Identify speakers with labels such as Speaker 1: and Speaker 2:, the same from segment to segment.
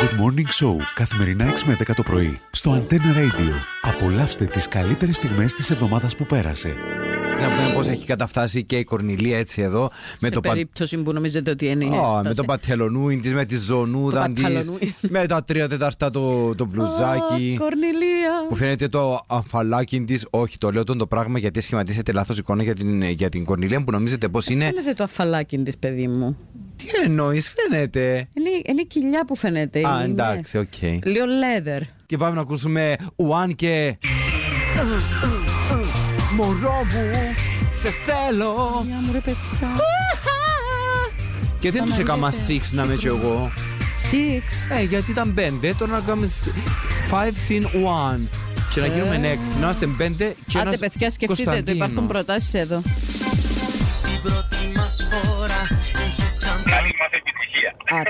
Speaker 1: Good Morning Show καθημερινά 6 με 10 το πρωί στο Antenna Radio. Απολαύστε τις καλύτερες στιγμές της εβδομάδας που πέρασε.
Speaker 2: Να πούμε πώς έχει καταφτάσει και η Κορνηλία έτσι εδώ. Με
Speaker 3: σε
Speaker 2: το, πα...
Speaker 3: περίπτωση που νομίζετε ότι είναι.
Speaker 2: Α,
Speaker 3: έφτασε.
Speaker 2: με το πατελονούιν της, με τη ζωνούδα
Speaker 3: Το
Speaker 2: τη,
Speaker 3: πατελονούιν.
Speaker 2: με τα τρία τεταρτά το, το μπλουζάκι.
Speaker 3: Ω, Κορνηλία.
Speaker 2: Που φαίνεται το αμφαλάκι της. Όχι, το λέω τον το πράγμα γιατί σχηματίσετε λάθος εικόνα για την, για την Κορνηλία που νομίζετε πώς είναι.
Speaker 3: Φαίνεται το αφαλάκι της, παιδί μου.
Speaker 2: Τι εννοείς, φαίνεται.
Speaker 3: Είναι, είναι κοιλιά που φαίνεται.
Speaker 2: Α,
Speaker 3: είναι-
Speaker 2: εντάξει, οκ.
Speaker 3: Λίγο leather.
Speaker 2: Και πάμε να ακούσουμε Ουάν και. Μωρό μου, σε θέλω.
Speaker 3: Μια μου ρε παιδιά.
Speaker 2: Και δεν τους έκανα six να είμαι κι εγώ.
Speaker 3: Six.
Speaker 2: Ε, γιατί ήταν πέντε, τώρα να κάνουμε 5 συν 1. Και να γίνουμε 6, να είμαστε πέντε και
Speaker 3: Ε. Άντε
Speaker 2: ένας
Speaker 3: παιδιά σκεφτείτε το,
Speaker 2: Κωνσταντίνος.
Speaker 3: υπάρχουν προτάσεις εδώ.
Speaker 4: Την πρώτη μας φορά είχες ξανθά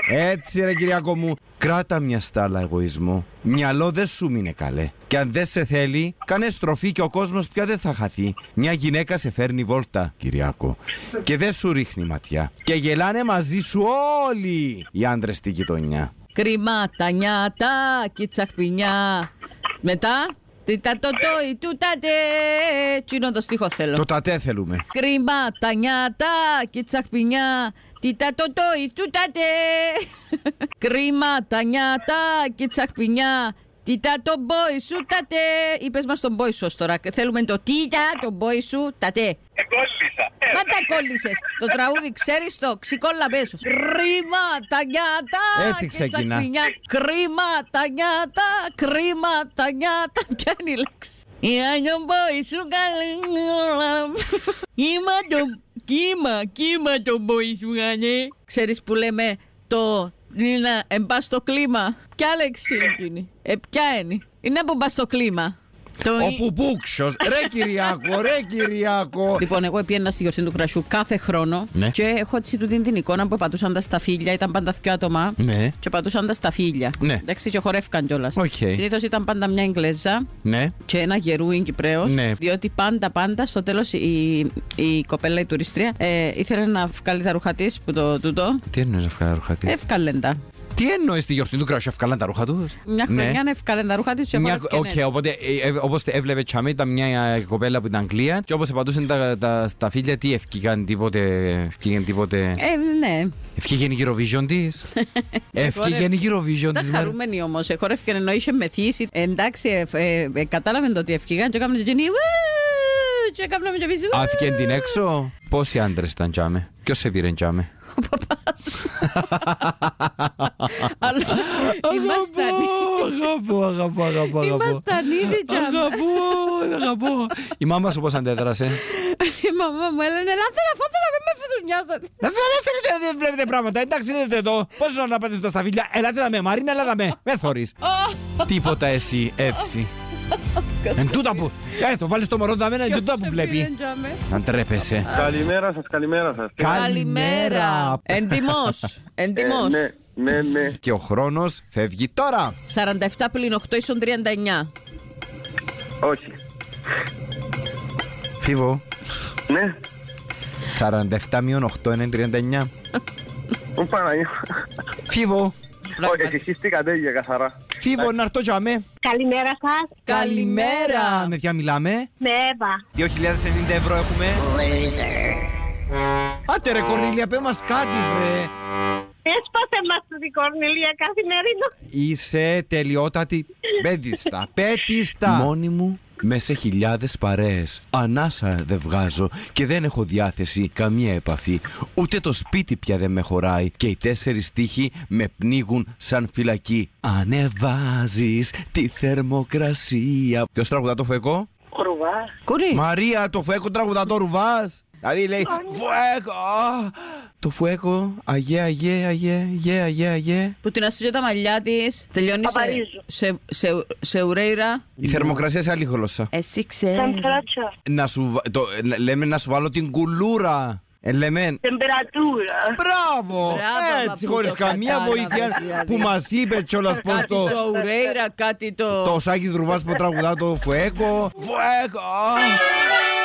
Speaker 2: Έτσι ρε Κυριακό μου, κράτα μια στάλα εγωισμού. Μυαλό δεν σου μείνε καλέ. Και αν δεν σε θέλει, κάνε στροφή και ο κόσμος πια δεν θα χαθεί. Μια γυναίκα σε φέρνει βόλτα, Κυριακό. Και δεν σου ρίχνει ματιά. Και γελάνε μαζί σου όλοι οι άντρες στη γειτονιά.
Speaker 3: Κρυμάτα, νιάτα, κιτσαχπινιά. Μετά, τι τα το τόι, του τα τε. Τσίνο το στίχο
Speaker 2: Το
Speaker 3: θέλω.
Speaker 2: τατέ θέλουμε.
Speaker 3: Κρυμάτα, νιάτα, κιτσαχπινιά. Τι τα το τόι, του τα τε. Κρυμάτα, νιάτα, κιτσαχπινιά. Τι τα το μπόι σου, τα τε. Είπες μας τον μπόι σου ως τώρα. Θέλουμε το τι τα το μπόι σου, τα τε.
Speaker 5: Εγκόλλησα.
Speaker 3: Μα τα κόλλησες. Το τραγούδι ξέρεις το. Ξυκόλα πέσω. Κρίμα τα νιάτα.
Speaker 2: Έτσι
Speaker 3: και
Speaker 2: ξεκινά.
Speaker 3: τσακμινιά. Κρίμα τα νιάτα. Κρίμα τα νιάτα. Ποια είναι η λέξη. Η boy σου καλή. Κύμα το. Κύμα, κύμα το boy σου καλή. Ξέρεις που λέμε το. Νίνα, εμπά στο κλίμα. Ποια λέξη είναι εκείνη. Ε, ποια είναι. Είναι από μπα στο κλίμα. Το...
Speaker 2: Ο Πουπούξος, ρε Κυριακό, ρε Κυριακό.
Speaker 3: Λοιπόν, εγώ πήγαινα στη γιορτή του κρασιού κάθε χρόνο
Speaker 2: Ναι.
Speaker 3: και έχω έτσι τούτη την εικόνα που πατούσαν τα σταφύλια, ήταν πάντα δυο άτομα
Speaker 2: Ναι.
Speaker 3: και πατούσαν τα σταφύλια.
Speaker 2: Ναι.
Speaker 3: Εντάξει, και χορεύκαν κιόλας.
Speaker 2: Οκ.
Speaker 3: Συνήθως ήταν πάντα μια Εγγλέζα
Speaker 2: Ναι.
Speaker 3: και ένα γερούιν Κυπρέος.
Speaker 2: Ναι.
Speaker 3: Διότι πάντα, πάντα στο τέλος η, η κοπέλα, η τουρίστρια, ε, ήθελε να βγάλει τα ρούχα της που το τούτο.
Speaker 2: Τι εννοείς αυτά τα ρούχα, τι.
Speaker 3: Εύκαλεν τα.
Speaker 2: Ε, Τι εννοείς στη γιορτή του κρασιού, ευκάλαν τα ρούχα τους.
Speaker 3: Μια χρονιά ναι. ευκάλεν τα ρούχα τη και
Speaker 2: Μια,
Speaker 3: χορεύκεν
Speaker 2: οκ,
Speaker 3: έτσι.
Speaker 2: οπότε όπως έβλεπε Τσαμί, ήταν μια ε, κοπέλα που ήταν Αγγλία και όπως επαντούσαν τα, τα, τα φίλια, τι ευκήγαν τίποτε. Ευκήγαν τίποτε.
Speaker 3: Ε, ναι.
Speaker 2: Ευκήγαν η Eurovision της. Ευκήγαν η Eurovision
Speaker 3: Ήταν
Speaker 2: τη.
Speaker 3: χαρούμενοι όμω. Χορεύτηκε ενώ είχε μεθύσει. Εντάξει, ε, ε, ε, κατάλαβε το ότι ευχήγαν και έκαναν τζινί. Και έκαναν και εμείς.
Speaker 2: Άφηκε την έξω. Πόσοι άντρες ήταν Τσάμε. Ποιος σε πήρε Τσάμε.
Speaker 3: Αλλά ήμασταν.
Speaker 2: Αγαπώ, αγαπώ, αγαπώ.
Speaker 3: Ήμασταν ήδη τζαμ.
Speaker 2: Αγαπώ, αγαπώ. Η μάμα σου πώς αντέδρασε.
Speaker 3: Η μαμά μου έλεγε Ελάτε να φάτε να μην με φουντουνιάζετε.
Speaker 2: Να δεν δεν βλέπετε πράγματα. Εντάξει, είδατε το. Πώς να αναπατήσετε στα φίλια. Ελάτε να με, Μαρίνα, ελάτε με. Με θωρεί. Τίποτα εσύ έτσι. Εν τούτα που. Ε, το βάλεις το μωρό δαμένα, εν τούτα που βλέπει. Να ντρέπεσαι.
Speaker 6: Καλημέρα σας, καλημέρα σας.
Speaker 3: Καλημέρα. Εντιμό.
Speaker 2: Ε,
Speaker 3: Εντιμό.
Speaker 6: ναι, ναι, ναι.
Speaker 2: Και ο χρόνος φεύγει τώρα.
Speaker 3: 47 πλην 8 ίσον 39.
Speaker 6: Όχι.
Speaker 2: Φίβο.
Speaker 6: Ναι.
Speaker 2: 47 μείον 8 είναι 39.
Speaker 6: Ω Παναγία.
Speaker 2: Φίβο.
Speaker 6: Όχι, εκεχίστηκα τέλεια καθαρά.
Speaker 2: Φίβο, να έρθω για με.
Speaker 7: Καλημέρα σας,
Speaker 2: Καλημέρα. Με ποια μιλάμε.
Speaker 7: με Εύα.
Speaker 2: 2.090 ευρώ έχουμε. Άντε ρε Κορνίλια, πέ μας κάτι βρε.
Speaker 7: Έσπασε μας την Κορνελία καθημερινό.
Speaker 2: Είσαι τελειότατη πέτιστα. Πέτιστα. Μόνη μου μέσα σε χιλιάδες παρέες. Ανάσα δεν βγάζω και δεν έχω διάθεση καμία επαφή. Ούτε το σπίτι πια δεν με χωράει και οι τέσσερις τείχοι με πνίγουν σαν φυλακή. Ανεβάζεις τη θερμοκρασία. Ε. Ποιος τραγουδά το φεκό?
Speaker 3: Κουρί.
Speaker 2: Μαρία, το φουέκο τραγουδά το ρουβάς. Δηλαδή λέει φουέκο. α, Το φουέκο, αγέ, αγέ, αγέ, αγέ, αγέ, αγέ.
Speaker 3: Που την ασύζε τα μαλλιά της. Τελειώνει σε-
Speaker 7: Παπαρίζου.
Speaker 3: σε- σε- σε ουρέιρα.
Speaker 2: Η θερμοκρασία σε άλλη γλώσσα.
Speaker 3: Εσύ ξέρει.
Speaker 7: Temperature.
Speaker 2: να σου, βα- το, ε, να- λέμε να σου βάλω την κουλούρα. Ε, λέμε.
Speaker 7: Temperatura.
Speaker 2: Μπράβο!
Speaker 3: Μπράβο,
Speaker 2: Έτσι,
Speaker 3: παππού,
Speaker 2: χωρίς
Speaker 3: το
Speaker 2: καμία
Speaker 3: κατάλαβες,
Speaker 2: βοήθεια
Speaker 3: δηλαδή.
Speaker 2: που μας είπες κιόλας πώ
Speaker 3: Κάτι
Speaker 2: το.
Speaker 3: το ουρέιρα, κάτι
Speaker 2: Το
Speaker 3: το.
Speaker 2: Σάκης Ρουβάς που τραγουδά το Φουέκο. Φουέκο!